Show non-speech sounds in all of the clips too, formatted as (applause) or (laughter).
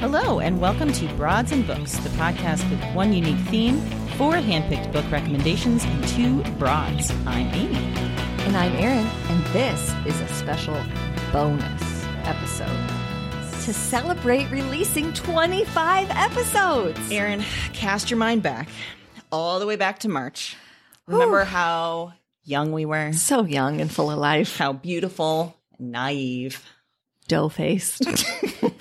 Hello, and welcome to Broads and Books, the podcast with one unique theme, four handpicked book recommendations, and two broads. I'm Amy. And I'm Erin, and this is a special bonus episode to celebrate releasing 25 episodes. Erin, cast your mind back, all the way back to March. Remember how young we were, So young and full of life, how beautiful, and naive. dough faced. (laughs)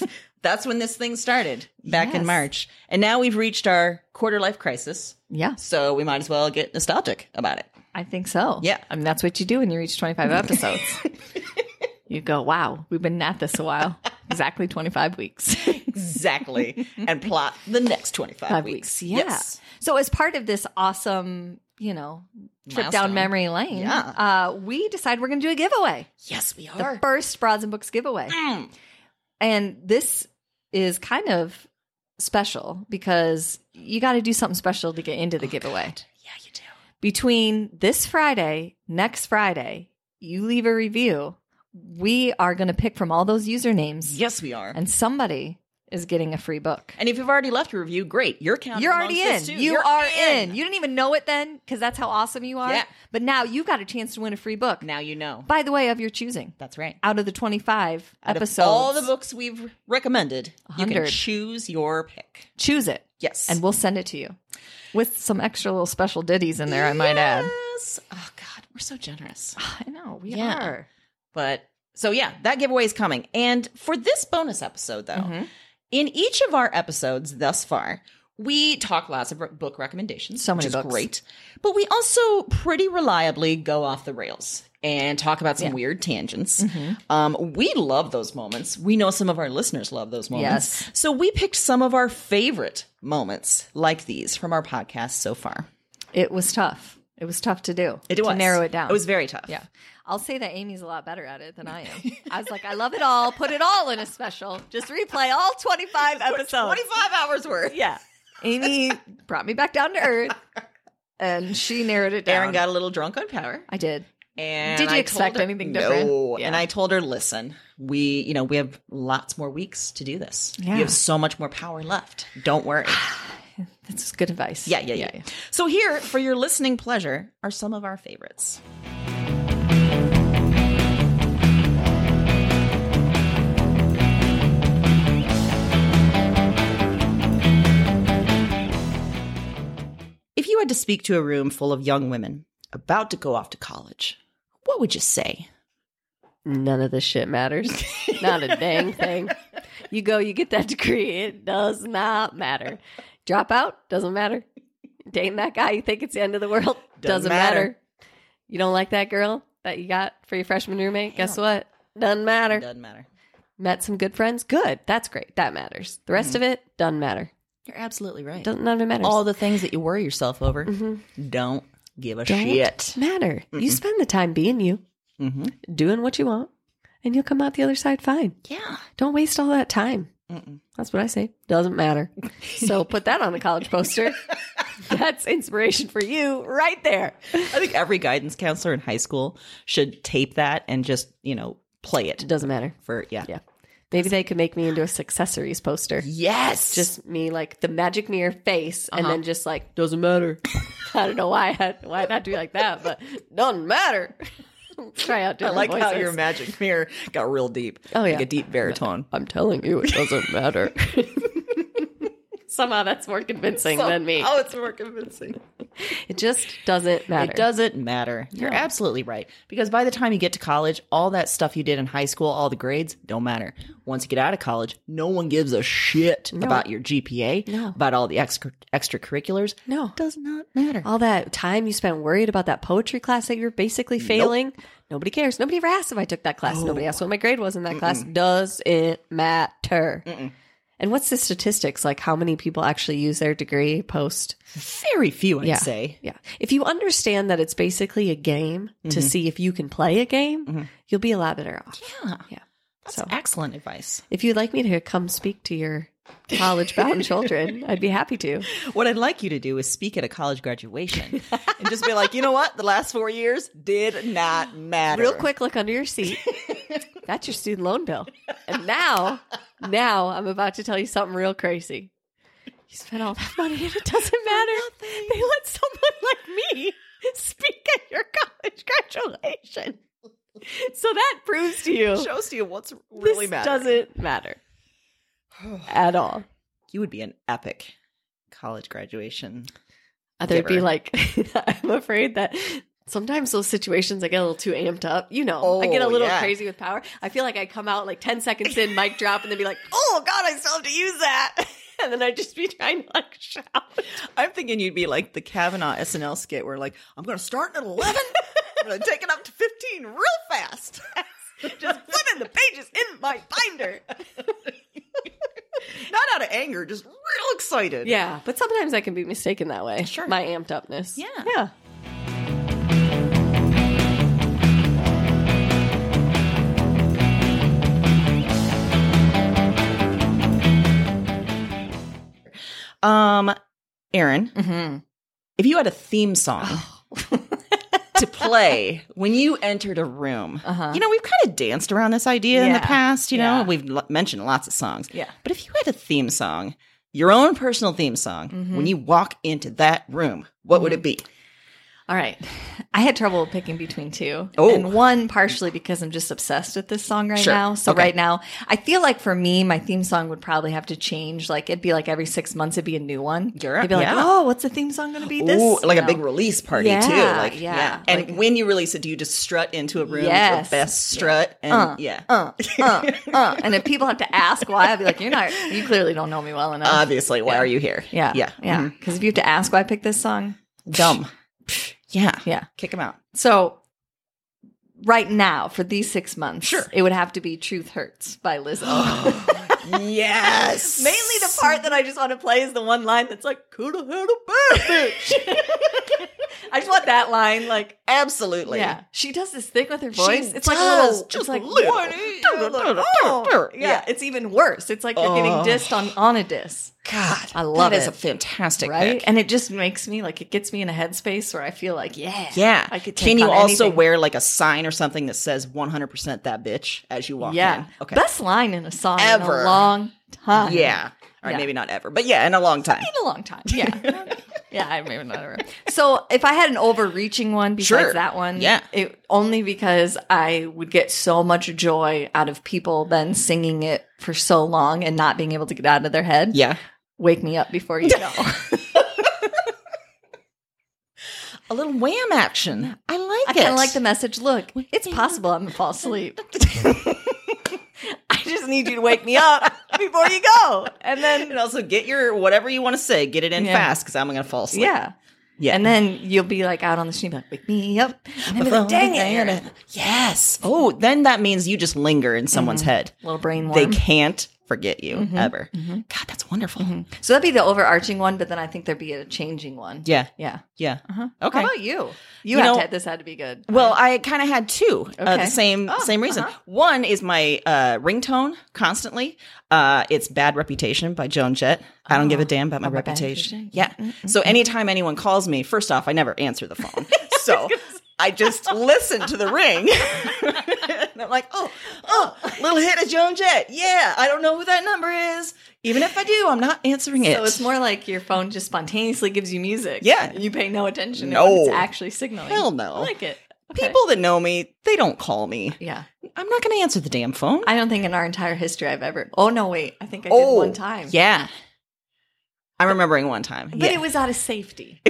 That's when this thing started back in Yes. March. And now we've reached our quarter life crisis, yes, so we might as well get nostalgic (laughs) about it. I think so. Yeah. I mean, that's what you do when you reach 25 episodes. (laughs) you go, wow, we've been at this a (laughs) while. Exactly 25 weeks. (laughs) Exactly. and plot the next 25 Five weeks. weeks. Yeah. So as part of this awesome, you know, trip Milestone. down memory lane, Yeah. uh, we decide we're going to do a giveaway. Yes, we The are. first Broads and Books giveaway. Mm. And this is kind of special because you got to do something special to get into the giveaway. Oh, Yeah, you do. Between this Friday, next Friday, you leave a review. We are going to pick from all those usernames Yes, we are. And, and somebody is getting a free book. if you've already left a review, great. You're counted. You're amongst already in. us, too. You You're are in. You didn't even know it then because that's how awesome you are. Yeah. But now you've got a chance to win a free book. (laughs) Now you know. By the way, of your choosing. That's right. Out of the 25 Out of episodes, all the books we've recommended, you can 100. choose your pick. choose it Yes. and we'll send it to you with some extra little special ditties in there, I might add. Yes. Oh God, we're so generous. (sighs) I know, we Yeah. are. But so yeah, that giveaway is coming. And for this bonus episode, though, Mm-hmm. in each of our episodes thus far, we talk lots of r- book recommendations. So many which is books. great, but we also pretty reliably go off the rails and talk about some weird tangents. Mm-hmm. Um, we love those moments. We know some of our listeners love those moments. Yes. So we picked some of our favorite moments like these from our podcast so far. It was tough. It was tough to do. It to was narrow it down. It was very tough. Yeah. I'll say that Amy's a lot better at it than I (laughs) am. I was like, I love it all. Put it all in a special. Just replay all 25 episodes. Twenty-five hours worth. Yeah. Amy brought me back down to earth and she narrowed it down. Aaron got a little drunk on power. I did. And Did you I expect told her- anything No. different? And Yeah. I told her, listen, we, you know, we have lots more weeks to do this. Yeah. You have so much more power left. Don't (sighs) worry. That's good advice. Yeah, yeah, yeah, yeah. So here, for your listening pleasure, are some of our favorites. If you had to speak to a room full of young women about to go off to college, what would you say? none of this shit (laughs) matters. not a dang thing. You go, you get that degree. It does not matter. Drop out doesn't matter. Dating that guy, you think it's the end of the world doesn't, matter. matter. You don't like that girl that you got for your freshman roommate. Guess what? Doesn't matter. Doesn't matter. Met some good friends. Good. That's great. That matters. The rest of it doesn't matter. You're absolutely right. Doesn't Mm-hmm. none of it matters. Mm-hmm. All the things that you worry yourself over don't give a shit. Mm-hmm. matter. You spend the time being you, doing what you want, and you'll come out the other side fine. Yeah. Don't waste all that time. That's what I say. Doesn't matter. (laughs) so put that on a college poster. That's inspiration for you right there. I think every guidance counselor in high school should tape that and just, you know, play it It doesn't matter. for, yeah. Yeah. Maybe they could make me into a successories poster. Yes. Uh-huh. Just me like the magic mirror face and then just like doesn't matter. (laughs) I don't know why I had why I'd have to be like that, but doesn't matter. (laughs) Try out I different like how voices. your magic mirror got real deep. Oh, yeah. Like a deep baritone. I'm telling you, it doesn't (laughs) matter. Somehow that's more convincing than me. Oh, it's more convincing. It just doesn't matter. It doesn't matter. You're absolutely right. Because by the time you get to college, all that stuff you did in high school, all the grades, don't matter. Once you get out of college, no one gives a shit about your GPA, No. about all the extra extracurriculars. No. Does not matter. All that time you spent worried about that poetry class that you're basically failing. Nobody cares. Nobody ever asked if I took that class. Nobody Oh. asked what my grade was in that class. Does it matter? And what's the statistics like how many people actually use their degree post? Very few, I'd Yeah. say. Yeah. If you understand that it's basically a game Mm-hmm. to see if you can play a game, you'll be a lot better off. Yeah. Yeah. That's So- excellent advice. If you'd like me to come speak to your college bound children, I'd be happy to. What I'd like you to do is speak at a college graduation and just be like, you know what? The last four years did not matter. Real quick look under your seat. That's your student loan bill. And now, now I'm about to tell you something real crazy. You spent all that money and it doesn't matter. They let someone like me speak at your college graduation. So that proves to you Shows to you what's this really matters. doesn't matter at all. You would be an epic college graduation. They'd be giver. like, (laughs) I'm afraid that sometimes those situations I get a little too amped up. You know, I get a Oh, little yeah. crazy with power. I feel like I come out like 10 seconds in, mic drop, and then be like, oh God, I still have to use that. (laughs) And then I'd just be trying to like (laughs) shout. I'm thinking you'd be like the Kavanaugh SNL skit where like I'm going to start at 11, I'm going to take it up to 15 real fast. (laughs) Just flipping the pages in my binder. Not out of anger, just real excited. Yeah, but sometimes I can be mistaken that way. Sure. My amped upness. Yeah. Yeah. Um Aaron, Mm-hmm. if you had a theme song Oh. (laughs) to play when you entered a room. Uh-huh. You know, we've kind of danced around this idea in the Yeah. past, you know. Yeah. We've l- mentioned lots of songs. Yeah. But if you had a theme song, your own personal theme song, Mm-hmm. when you walk into that room, what would it be? All right. I had trouble picking between two. Oh. And one partially because I'm just obsessed with this song right Sure. now. So Okay. right now, I feel like for me, my theme song would probably have to change. Like it'd be like every six months it'd be a new one. You're- I'd be like, yeah. oh, what's the theme song gonna be Mm-hmm. this? Ooh, like you a big know? release party Yeah, too. Like yeah. yeah, And like- when you release it, do you just strut into a room Yes. with your best strut? And Uh, yeah. uh, (laughs) uh, uh. And if people have to ask why, I'd be like, you're not, you clearly don't know me well enough. (laughs) Obviously, why are you here? yeah. Yeah. Mm-hmm. Yeah. Because if you have to ask why I picked this song, Mhm. Dumb. yeah. (laughs) yeah. Kick him out. So right now, for these six months, sure. it would have to be Truth Hurts by (gasps) Lizzo. (laughs) (laughs) yes. Mainly the part that I just want to play is the one line that's like, coulda had a bad (laughs) bitch. I just want that line, like, (laughs) Absolutely. yeah. She does this thing with her She voice. it's like a does, little, just it's like, a little. "What are you doing?" Like, oh. Yeah. Yeah, it's even worse. It's like you're getting Oh. dissed on, on a diss, God. I love That is it. a fantastic right? pick. And it just makes me, like, it gets me in a headspace where I feel like, yeah. yeah. I could Can take you on also anything. wear like a sign or something that says 100% that bitch as you walk Yeah. in? Okay. Best line in a song in Ever. a long time. yeah. All right. Yeah. Maybe not ever, but yeah, in a long time. In a long time. Yeah. (laughs) yeah, I remember not ever. So if I had an overreaching one besides Sure. that one, Yeah. it only because I would get so much joy out of people then singing it for so long and not being able to get out of their head. Yeah. (laughs) Wake me up before you know. a little wham action. I I like it. kind of like the message. Look, it's possible I'm gonna fall (laughs) (laughs) asleep. I just need you to wake me up before you go. And then And also get your whatever you want to say, get it in Yeah. fast because I'm gonna fall asleep. yeah. Yeah. And then you'll be like out on the street, like, wake me up. And I'll be If only like, dang they it. had a- Yes. Oh, then that means you just linger in someone's Mm-hmm. head. Little brain They warm. Mm-hmm. can't forget you ever. God, that's wonderful. so that'd be the overarching one, but then I think there'd be a changing one. Yeah. Yeah. Uh-huh. Yeah. Okay. How about you? You, You have know- to, this had to be good. Well, I kind of had two. Uh, Okay. the same Oh, same reason. uh-huh. One is my uh, ringtone constantly. Uh, it's "Bad Reputation" by Joan Jett. I don't give a damn about my my Oh, bad Mm-hmm. reputation. Yeah. So anytime anyone calls me, first off, I never answer the phone. (laughs) so. I just listen to the ring. (laughs) and I'm like, oh, oh, little hit of Joan Jett. Yeah, I don't know who that number is. Even if I do, I'm not answering it. So it's more like your phone just spontaneously gives you music. Yeah. And you pay no attention to No. when it's actually signaling. Hell no. I like it. Okay. People that know me, they don't call me. Yeah. I'm not going to answer the damn phone. I don't think in our entire history I've ever. Oh, no, wait. I think I did Oh, one time. Yeah. I'm remembering one time. But it was out of safety (laughs)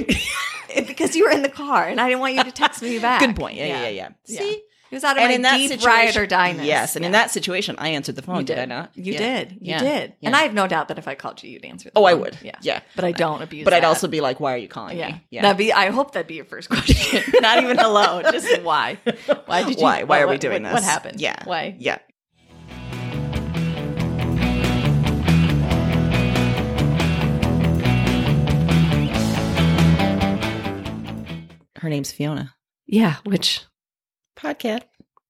because you were in the car and I didn't want you to text me back. Good point. Yeah, yeah, yeah. Yeah. See? It was out of my deep riot or die. Yes, and in that situation, I answered the phone. you Oh, Did. I not? You Yeah. did. You Yeah. did. And Yeah. I have no doubt that if I called you, you'd answer. the Oh, I phone. would. Yeah. Yeah. But I don't abuse. But I'd that. also be like, "Why are you calling Yeah. me?" Yeah. That'd be. I hope that'd be your first (laughs) question. Not even hello. (laughs) Just why? Why did you? why? Why are we what- doing what- this? What happened? Yeah. Why? Yeah. Her name's Fiona. Yeah. Which Podcast.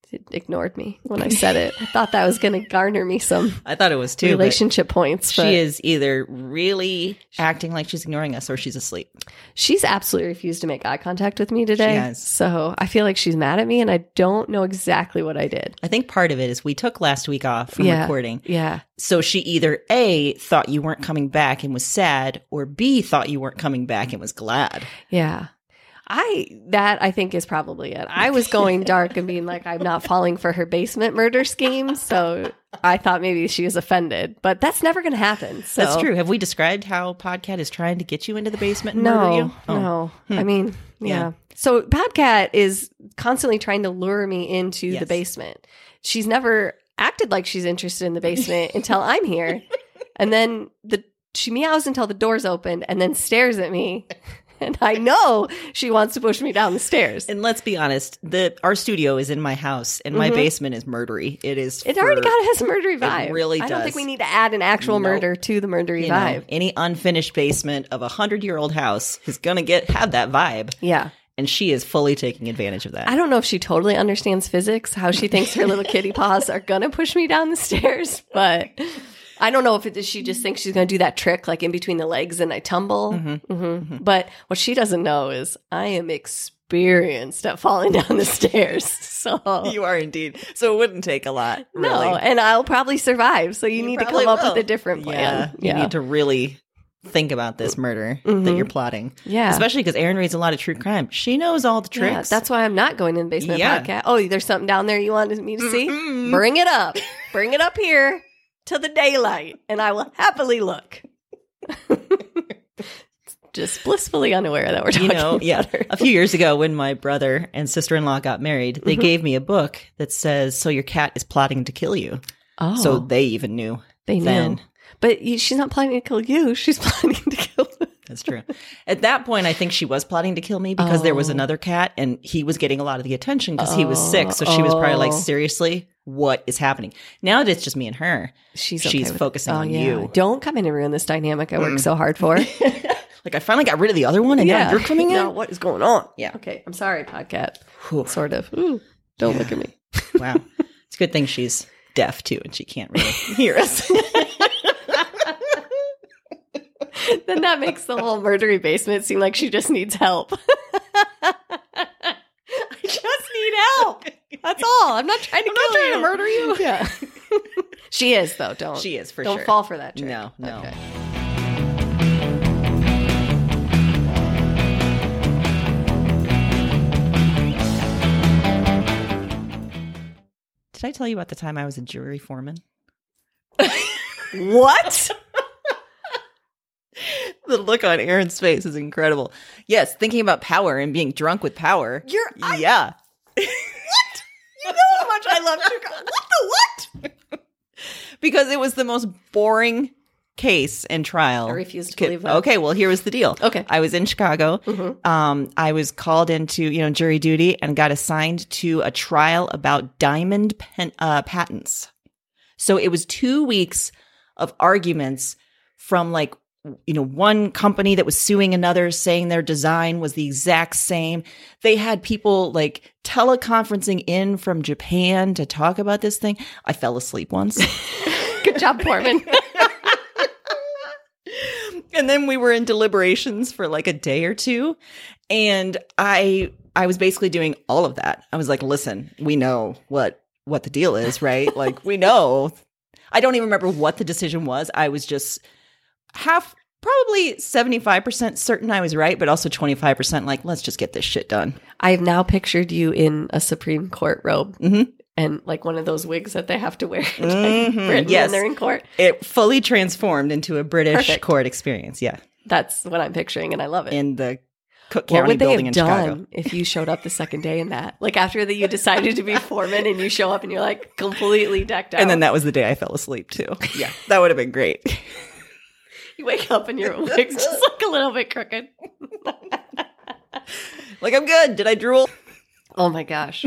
It ignored me when I said it. I thought that was going to garner (laughs) me some I thought it was too. but- relationship points. But She is either really acting like she's ignoring us or she's asleep. She's absolutely refused to make eye contact with me today. has. So I feel like she's mad at me, and I don't know exactly what I did. I think part of it is we took last week off from Yeah. recording. Yeah. So she either A, thought you weren't coming back and was sad, or B, thought you weren't coming back and was glad. Yeah. I that I think is probably it. I (laughs) was going dark and being like I'm not falling for her basement murder scheme, so I thought maybe she was offended, but that's never going to happen. So That's true. Have we described how Podcat is trying to get you into the basement and murder No, you? Oh. no. Hmm. I mean, yeah. Yeah. So Podcat is constantly trying to lure me into Yes. the basement. She's never acted like she's interested in (laughs) the basement until I'm here, and then the she meows until the door's opened, and then stares at me, (laughs) and I know she wants to push me down the stairs. And let's be honest, the our studio is in my house and my Mhm. basement is murdery. It is It already for, kind of has a murdery vibe. really I don't does. think we need to add an actual Nope. murder to the murdery you know, vibe. any unfinished basement of a hundred year old house is gonna get have that vibe. Yeah. And she is fully taking advantage of that. I don't know if she totally understands physics, how she thinks her (laughs) little kitty paws are gonna push me down the stairs, but I don't know if it, she just thinks she's gonna do that trick, like in between the legs and I tumble. Mhm. Mhm. Mhm. But what she doesn't know is I am experienced at falling (laughs) down the stairs. So you are indeed. So it wouldn't take a lot. Really. no, and I'll probably survive. So you, You need to probably come up will. with a different yeah, Mm-hmm. plan. you need to really think about this murder that Mhm. you're plotting, yeah. especially because Erin reads a lot of true crime. She knows all the Yeah, tricks. that's why I'm not going in the basement Yeah. podcast. Oh, there's something down there you wanted me to see? Mm-mm. Bring it up. Bring it up here to the daylight, and I will happily look. (laughs) Just blissfully unaware that we're talking You know, yeah. about her. A few years ago, when my brother and sister in law got married, they gave me a book that says, "So your cat is plotting to kill you." Oh, So they even knew they knew. then. But you, she's not planning to kill you. (laughs) She's planning to kill. That's true. At that point, I think she was plotting to kill me because there was Oh. another cat and he was getting a lot of the attention because he was sick. So she was probably like, Oh. seriously, what is happening? Now that it's just me and her, She's okay she's with- focusing Oh, on yeah. Mm. you. Don't come in and ruin this dynamic I work so hard (laughs) for. Like, I finally got rid of the other one and now you're coming in. (laughs) Now what is going on? Yeah. Okay. I'm sorry, podcast. Whew. Sort of. Ooh, don't look at me. Wow. It's a good thing she's deaf too and she can't (laughs) really hear us. then that makes the whole murdery basement seem like she just needs help. (laughs) I just need help. That's all. I'm not trying to kill you. murder you. (laughs) Yeah. she is though. Don't she is for Oh, don't sure. fall for that trick. No, no. Okay. Did I tell you about the time I was a jury foreman? What? the look on Aaron's face is incredible. Yes, thinking about power and being drunk with power. You're- I- yeah. You know how much I love Chicago. What the what? because it was the most boring case and trial. I refuse to Okay, believe that. Okay, well, here was the deal. Okay. I was in Chicago. Um, I was called into you know jury duty and got assigned to a trial about diamond pen, uh, patents. So it was two weeks of arguments from like you know one company that was suing another saying their design was the exact same they had people like teleconferencing in from japan to talk about this thing i fell asleep once Good job, (laughs) Portman. and then we were in deliberations for like a day or two and i i was basically doing all of that i was like listen we know what what the deal is (laughs) right like we know i don't even remember what the decision was i was just half probably 75% certain i was right but also 25% like let's just get this shit done I have now pictured you in a Supreme Court robe Mhm. and like one of those wigs that they have to wear (laughs) in Mhm, Britain yes. when they're in court. it fully transformed into a british Perfect. court experience yeah That's what I'm picturing, and I love it. in the cook what county would they building have in done chicago if you showed up the second day in that? Like after that, you (laughs) decided to be foreman, and you show up and you're like completely decked out. and then that was the day i fell asleep (laughs) too yeah that would have been great you wake up (laughs) and your wig's just like a little bit crooked. Like, I'm good. Did I drool? Oh my gosh,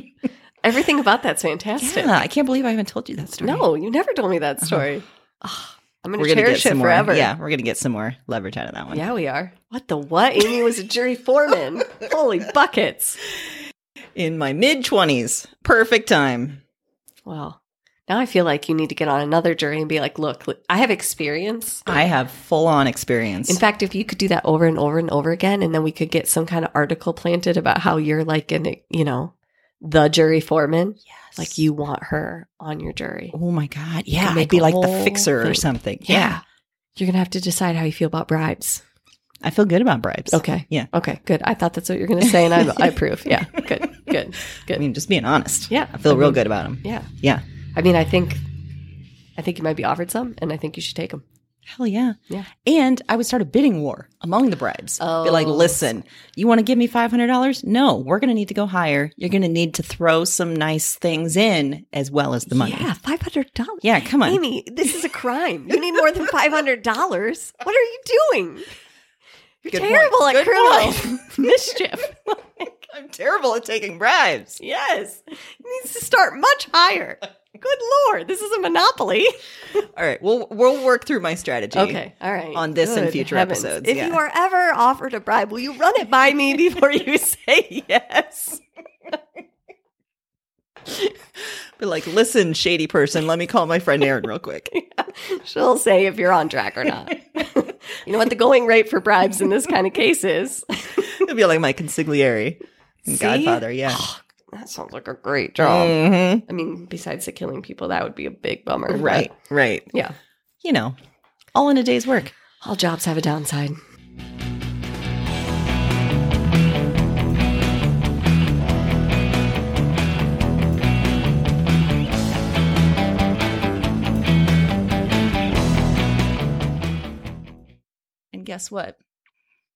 everything about that's fantastic. I can't believe I haven't told you that story. No, you never told me that story. Ah, I'm Uh-huh. gonna we're gonna get cherish some it more. forever. Yeah, we're gonna get some more leverage out of that one. Yeah, we are. What the what? Amy was a (laughs) jury foreman. Holy buckets. In my mid twenties, perfect time. Well, now I feel like you need to get on another jury and be like, look, li- I have experience. I have full on experience. In fact, if you could do that over and over and over again, and then we could get some kind of article planted about how you're like an, you know, the jury foreman, yes. like you want her on your jury. Oh my god. Yeah, make I'd be a like the whole fixer or thing. something. You're going to have to decide how you feel about bribes. I feel good about bribes. Okay. Yeah. Okay. Good. I thought that's what you were going to say, and I, I approve. Yeah. Good. Good. (laughs) I mean, just being honest. Yeah. I feel real mean, good about them. Yeah. Yeah. I mean, I think, I think you might be offered some, and I think you should take them. Hell yeah. Yeah. And I would start a bidding war among the bribes. Be like, Oh. listen, you want to give me $500? No, we're going to need to go higher. You're going to need to throw some nice things in as well as the money. Yeah, five hundred dollars. Yeah, come on. Amy, this is a crime. You need more than five hundred dollars. What are you doing? You're Good terrible point. (laughs) at Good criminal (laughs) mischief. I'm terrible at taking bribes. yes, it needs to start much higher. Good lord, this is a monopoly. All right, we'll we'll work through my strategy. all right. On this and Good future episodes, If yeah. you are ever offered a bribe, will you run it by me before you (laughs) say yes? But like, listen, shady person, let me call my friend Aaron real (laughs) quick. She'll say if you're on track (laughs) or not. you know what the going rate for bribes in this kind of case is. He'll be like my consigliere, and See? Godfather. Yeah. That sounds like a great job. Mhm. I mean, besides the killing people, that would be a big bummer. but Right. Right. Yeah. You know, all in a day's work. All jobs have a downside. And guess what?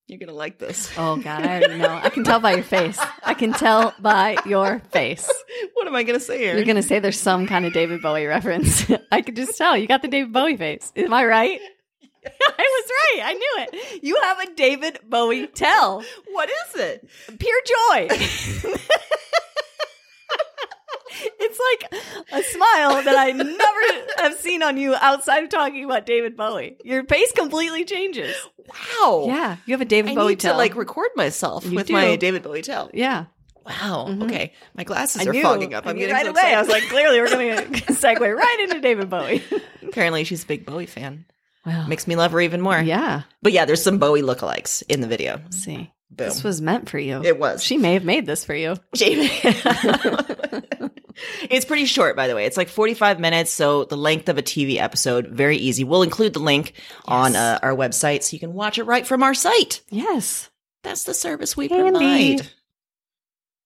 You're gonna like this. Oh God, I already know. I can tell by your face. I can tell by your face. what am I gonna say, Aaron? You're gonna say there's some kind of David Bowie reference. (laughs) I could just tell. You got the David Bowie face. Am I (laughs) right? (laughs) I was right. I knew it. You have a David Bowie tell. what is it? Pure joy. (laughs) (laughs) it's like a smile that I never have seen on you outside of talking about David Bowie. Your face completely changes. Wow. Yeah, you have a David I Bowie need tell. to like record myself You with do. my David Bowie tell. yeah. Wow. Mhm. Okay. My glasses I are knew. fogging up. I I'm knew getting right so away. I was excited. like, clearly, we're going to segue right into David Bowie. (laughs) Apparently, she's a big Bowie fan. Well, Makes me love her even more. yeah. But yeah, there's some Bowie lookalikes in the video. Let's see, Boom. this was meant for you. it was. She may have made this for you. (laughs) it's pretty short, by the way. It's like 45 minutes, so the length of a TV episode, very easy. We'll include the link on uh, our website so you can watch it right from our site. Yes. That's the service we Handy. provide.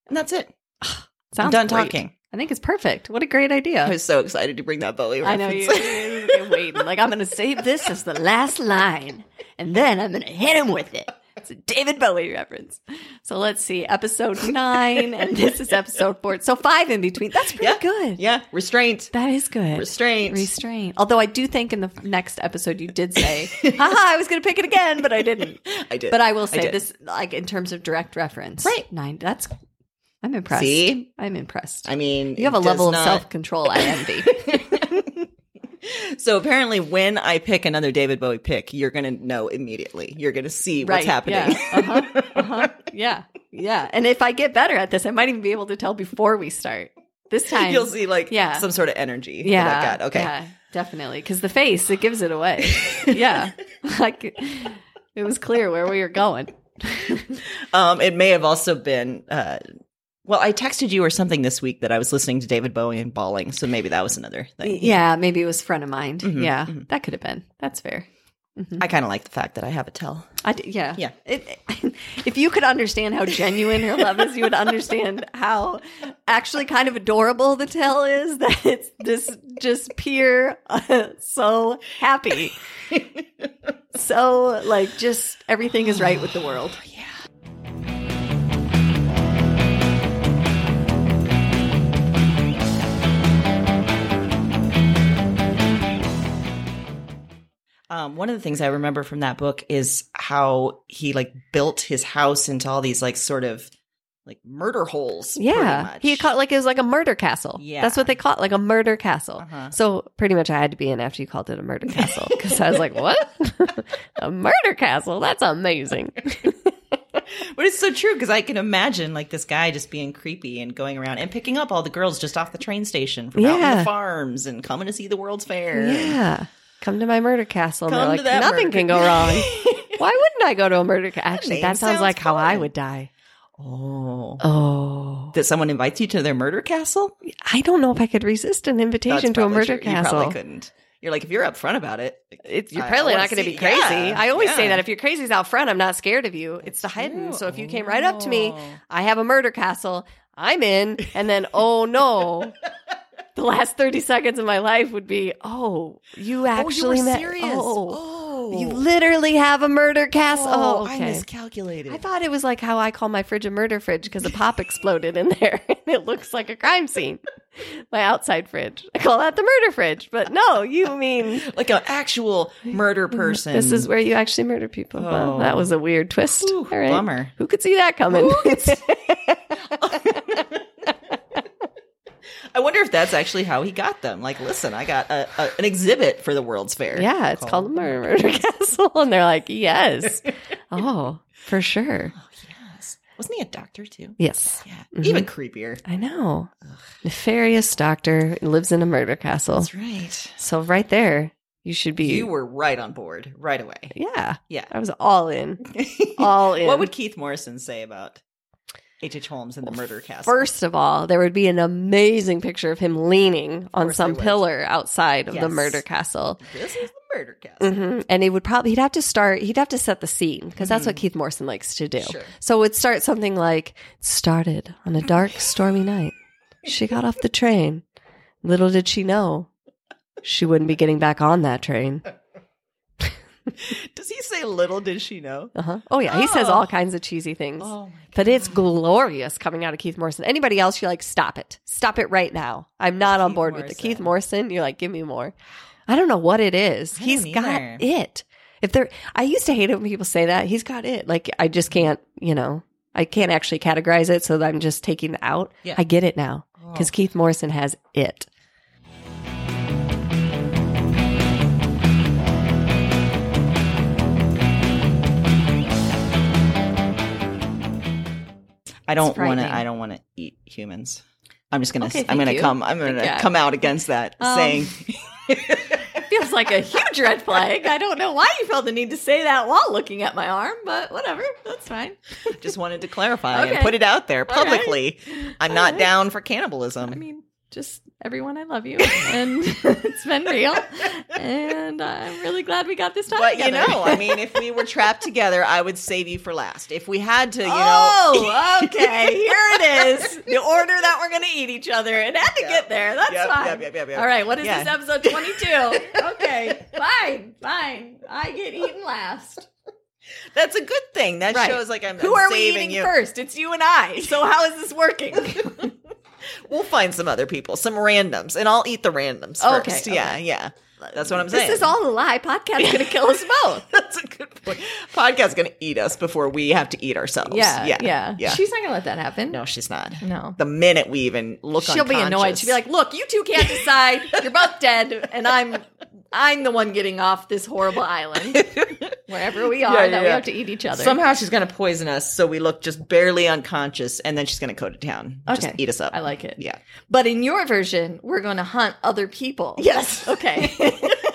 And that's it. I'm Sounds done great. talking. I think it's perfect. What a great idea. I was so excited to bring that Bowie I know reference. you. You're waiting. Like I'm gonna save this as the last line, and then I'm gonna hit him with it. It's a David Bowie reference. So let's see, episode nine, and this is episode four. So five in between. That's pretty Yeah. good. (laughs) yeah, restraint. That is good. (laughs) Restraint. Restraint. Although I do think in the next episode you did say, haha, I was going to pick it again, but I didn't. (laughs) I did. But I will say did. this, like in terms of direct reference. Right. Nine. That's, I'm impressed. See? I'm impressed. I mean, you have it a level does of not- self control I (laughs) envy. So apparently, when I pick another David Bowie pick, you're going to know immediately. You're going to see what's happening. Yeah. Uh-huh. Uh-huh. yeah. Yeah. And if I get better at this, I might even be able to tell before we start. This time. (laughs) (laughs) You'll see like Yeah. some sort of energy. that Yeah. I've got. Okay. Yeah, definitely. Because the face, it gives it away. (laughs) yeah. (laughs) Like it was clear where we were going. Um, it may have also been. Uh, well, I texted you or something this week that I was listening to David Bowie and bawling, so maybe that was another (laughs) thing. Yeah, maybe it was front of mind. Mhm, yeah, mhm. that could have been. That's fair. I kind of like the fact that I have a tell. I d- yeah. Yeah. It, (laughs) if you could understand how genuine her love is, you would understand how actually kind of adorable the tale is that it's this just pure, uh, so (laughs) happy. so, like, just everything is right with the world. Um, one of the things I remember from that book is how he like built his house into all these like sort of like murder holes. pretty Yeah, much. he caught like it was like a murder castle. Yeah. that's what they caught like a murder castle. (laughs) Uh-huh. (laughs) So pretty much, I had to be in after you called it a murder castle because I was like, "What? (laughs) a murder castle? That's amazing." But it's so true because I can imagine like this guy just being creepy and going around and picking up all the girls just off the train station from out in the Yeah. farms and coming to see the World's Fair. Yeah, come to my murder castle. And Come they're to like, that nothing murder- can go (laughs) wrong. Why wouldn't I go to a murder? Ca- Actually, name that sounds sounds like how I fun. would die. (laughs) Oh, Oh, that someone invites you to their murder castle? I don't know if I could resist an That's invitation to a probably murder true. You castle. probably couldn't. You're like if you're upfront about it. It's, you're I- I probably wanna not going to Uh, see- be crazy. yeah, I always say yeah. that if your crazy's out front, I'm not scared of you. It's the hidden. So if you came right up to me, Oh. I have a murder castle. I'm in. And then, (laughs) oh no. The last 30 seconds of my life would be, oh, you actually met. Oh, Oh, you literally have a murder castle. Oh, Oh, I okay. miscalculated. I thought it was like how I call my fridge a murder fridge because a pop exploded in there (laughs) and it looks like a crime scene. My outside fridge. I call that the murder fridge. But no, you mean like an actual murder person. this is where you actually murder people. Well, Oh. that was a weird twist. Ooh, All right. bummer. Who could see that coming? (laughs) I wonder if that's actually how he got them. Like, listen, I got a, a, an exhibit for the World's Fair. yeah, it's called the Murder Murder (laughs) Castle, and they're like, (laughs) yes, oh, for sure, Yes. Wasn't he a doctor too? yes. Yeah, even creepier. I know. Nefarious doctor lives in a murder castle. That's right. So right there, you should be. You were right on board right away. yeah, Yeah. I was all in, (laughs) all in. What would Keith Morrison say about H.H. H. Holmes and the murder castle? First of all, there would be an amazing picture of him leaning on course some there would. pillar outside of the Yes. murder castle. this is the murder castle. hmm And he would probably he'd have to start he'd have to set the scene because that's what Keith Morrison likes to do. Mm-hmm. Sure. So it would start something like started on a dark stormy night. She got off the train. Little did she know she wouldn't be getting back on (laughs) that train. Does he say little did she know? Uh-huh. Oh yeah, he says Oh. all kinds of cheesy things. Oh my But it's glorious coming out of Keith Morrison. Anybody else, you're like, stop it. Stop it right now. I'm not on Keith board with the Morrison. Keith Morrison. You're like, give me more. I don't know what it is. I He's don't either. got it. If there, I used to hate it when people say that. He's got it. Like, I just can't, you know, I can't actually categorize it. So that I'm just taking it out. Yeah. I get it now Oh. because Keith Morrison has it. I don't want to. frightening. I don't want to eat humans. I'm just gonna. Okay, I'm thank gonna you. come. I'm gonna yeah. come out against that Um, saying. (laughs) Feels like a huge red flag. I don't know why you felt the need to say that while looking at my arm, but whatever. That's fine. Just wanted to clarify and Okay. put it out there All right. publicly. I'm not down for cannibalism. I mean, just everyone, I love you, and (laughs) it's been real, and I'm really glad we got this time. But you together. know, I mean, if we were trapped together, I would save you for last. If we had to, you (laughs) know, Oh, okay. Here it is. The order that we're going to eat each other. It had to get there. That's Yep, fine. yep, yep, yep, yep. All right. What is Yeah. this episode (laughs) 22? okay. Fine. Fine. I get eaten last. that's a good thing. That Right. shows like I'm, Who I'm are we saving eating you. first? It's you and I. So how is this (laughs) working? We'll find some other people, some randoms, and I'll eat the randoms Okay, first. Yeah, yeah. That's what I'm saying. This is all a lie. Podcast's going to (laughs) kill us both. That's a good point. Podcast's going to eat us before we have to eat ourselves. yeah, yeah, yeah. She's not gonna let that happen. no, she's not. no. The minute we even look She'll be annoyed. unconscious. She'll be like, "Look, you two can't decide. You're both dead, and I'm, I'm the one getting off this horrible island, wherever we are. Yeah, yeah, that we yeah. have to eat each other." Somehow she's going to poison us so we look just barely unconscious and then she's going to go to town. Okay. Just eat us up. I like it. Yeah. But in your version, we're going to hunt other people. Yes. Okay. (laughs)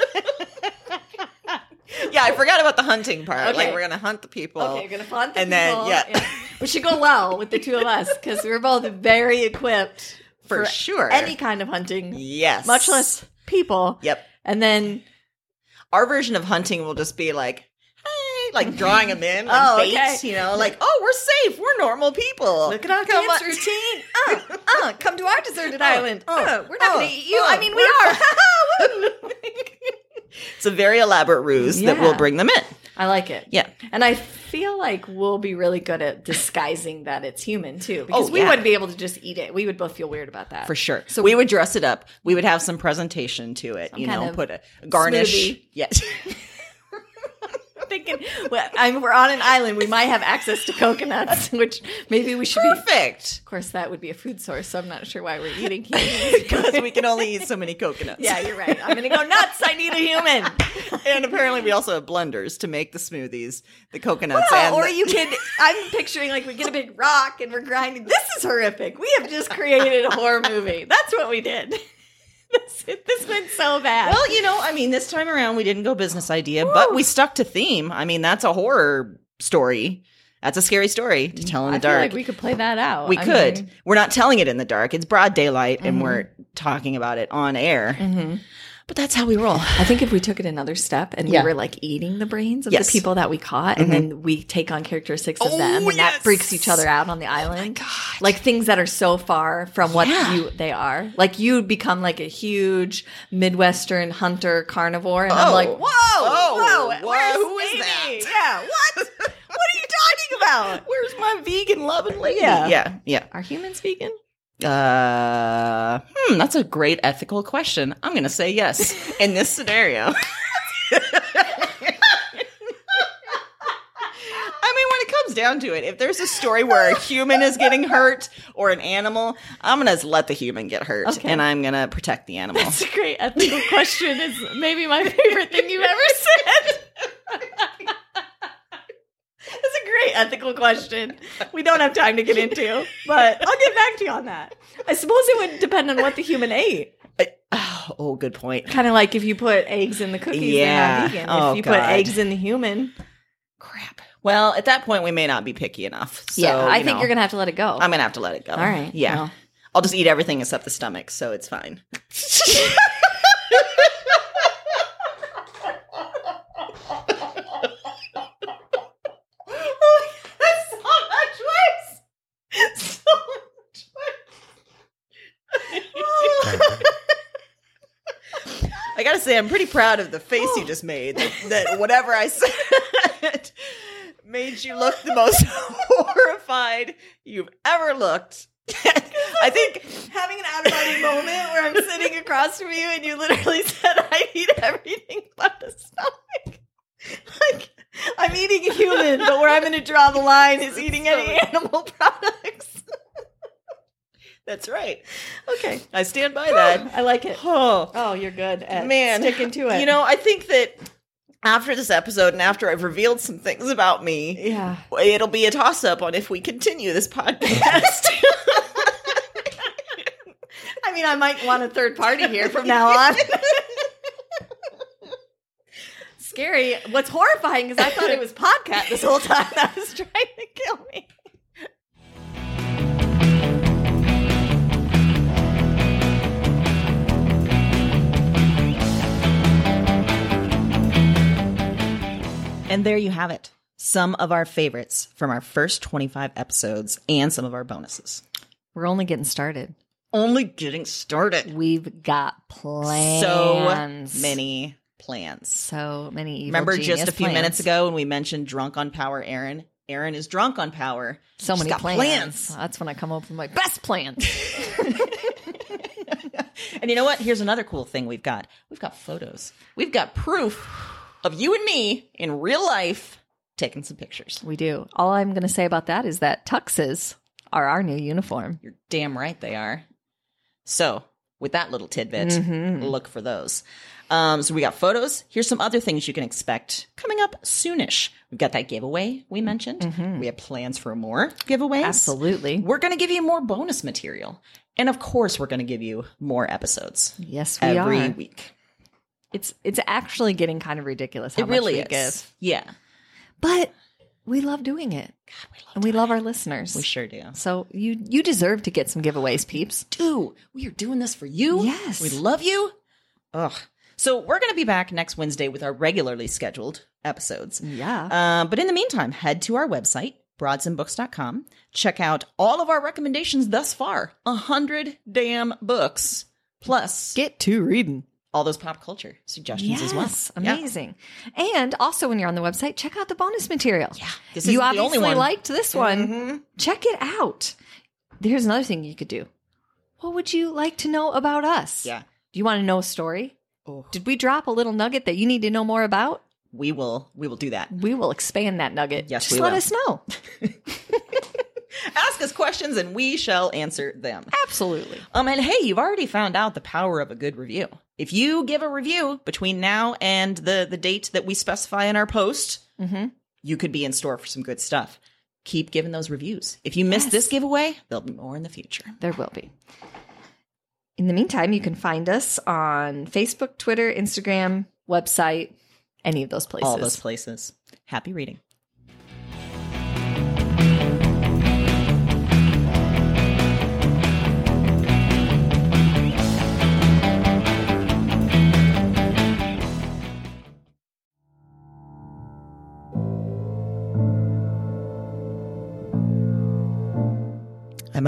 Yeah, I forgot about the hunting part. Okay. Like we're going to hunt the people. okay. You're gonna hunt the and then, people, yeah. Which should go well with the two of us because we're both very equipped for, sure. any kind of hunting, yes. much less people. Yep. And then Our version of hunting will just be like, hey, like drawing them (laughs) in, like Oh, bait, okay. you know, like, oh, we're safe. We're normal people. look at our Come dance on. routine. (laughs) Uh, uh, come to our (laughs) deserted island. Uh, we're not oh, gonna eat you. oh, I mean, we are. It's a very elaborate ruse that will Yeah. bring them in. (laughs) I like it. Yeah. And I feel like we'll be really good at disguising that it's human too, because we yeah. wouldn't be able to just eat it. We would both feel weird about that. For sure. So we would dress it up. We would have some presentation to it, you kind know, of put a garnish. smoothie. Yes. (laughs) I'm thinking, well, I mean, we're on an island. We might have access to coconuts, (laughs) which maybe we should be. Of Perfect. course, that would be a food source, so I'm not sure why we're (laughs) eating humans. Because (laughs) we can only eat so many coconuts. yeah, you're right. I'm gonna go nuts. I need a human. (laughs) And apparently we also have blenders to make the smoothies, the coconuts and or the- you could. I'm picturing like we get a big rock and we're grinding. This is horrific. We have just created a horror movie. That's what we did. (laughs) This, this went so bad. Well, you know, I mean, this time around we didn't go business idea, but we stuck to theme. I mean, that's a horror story. That's a scary story to tell in the I feel dark. like we could play that out. We I could. mean, We're not telling it in the dark. It's broad daylight and we're talking about it on air. But that's how we roll. I think if we took it another step and Yeah. we were like eating the brains of Yes. the people that we caught, and then we take on characteristics of Oh, them, and that freaks each other out on the island. Like things that are so far from what Yeah. you they are. Like you become like a huge Midwestern hunter carnivore, and I'm like, Oh. what? Oh, whoa, whoa, where's who is Amy? that? (laughs) Yeah, what? what are you talking about? Where's my vegan loving lady? Yeah. Yeah. Yeah. Are humans vegan? Uh, hmm, that's a great ethical question. I'm going to say (laughs) yes in this scenario. (laughs) I mean, when it comes down to it, if there's a story where a human is getting hurt or an animal, I'm going to let the human get hurt Okay. and I'm going to protect the animal. It's a great (laughs) ethical question. Is maybe my favorite thing you've ever said. That's a great ethical question. We don't have time to get into, but I'll get back to you on that. I suppose it would depend on what the human ate. (sighs) oh, good point. Kind of like if you put eggs in the cookies, they're Yeah. not vegan. Oh, if you put God. eggs in the human, Crap. Well, at that point, we may not be picky enough. So, yeah, I you think know, you're gonna have to let it go. I'm gonna have to let it go. All right. Yeah. Well. I'll just eat everything except the stomach, so it's fine. Oh (laughs) I gotta say, I'm pretty proud of the face you just made. That, that whatever I said (laughs) made you look the most (laughs) horrified you've ever looked. (laughs) I think having an out of body (laughs) moment where I'm sitting across from you and you literally said, I eat everything but the stomach. Like, I'm eating a human, but where I'm going to draw the line is eating (laughs) any animal products. that's right. Okay. I stand by that. I like it. Oh, Oh, you're good at Man. sticking to it. you know, I think that after this episode and after I've revealed some things about me, yeah. it'll be a toss up on if we continue this podcast. (laughs) (laughs) I mean, I might want a third party here from now (laughs) on. Scary. What's horrifying is I thought it was podcast this whole time. (laughs) That was trying to kill me. And there you have it. Some of our favorites from our first 25 episodes and some of our bonuses. We're only getting started. Only getting started. We've got plans. So many plans. So many evil Remember just genius a few plans. minutes ago when we mentioned drunk on power Aaron? Aaron is drunk on power. So She's many got plans. plans. That's when I come up with my best (laughs) plan. And you know what? Here's another cool thing we've got. We've got photos. We've got proof of you and me in real life taking some pictures. we do. All I'm going to say about that is that tuxes are our new uniform. You're damn right they are. So, with that little tidbit, look for those. Um, so we got photos. Here's some other things you can expect coming up soonish. We've got that giveaway we mentioned. We have plans for more giveaways. Absolutely. We're going to give you more bonus material. And of course, we're going to give you more episodes Yes, we every are. week. It's it's actually getting kind of ridiculous. How It really much we is. give. Yeah. but we love doing it, and we love our listeners. We sure do. so you you deserve to get some giveaways, peeps. do. We are doing this for you. Yes. We love you. Ugh. So we're going to be back next Wednesday with our regularly scheduled episodes. Yeah. Uh, but in the meantime, head to our website, broadsandbooks.com. Check out all of our recommendations thus far. A hundred damn books. Plus Get to reading. all those pop culture suggestions Yes, as well. Yeah. amazing. And also, when you're on the website, check out the bonus material. Yeah, this you isn't obviously the only one. Mm-hmm. liked this one. Check it out. Here's another thing you could do. What would you like to know about us? Yeah. Do you want to know a story? Did we drop a little nugget that you need to know more about? We will we will do that. We will expand that nugget. Yes, just we let will. us know. Ask us questions and we shall answer them. Absolutely. Um, and hey, you've already found out the power of a good review. If you give a review between now and the the date that we specify in our post, Mm-hmm. you could be in store for some good stuff. Keep giving those reviews. If you missed this giveaway, there'll be more in the future. There will be. In the meantime, you can find us on Facebook, Twitter, Instagram, website, any of those places. All those places. Happy reading. I'm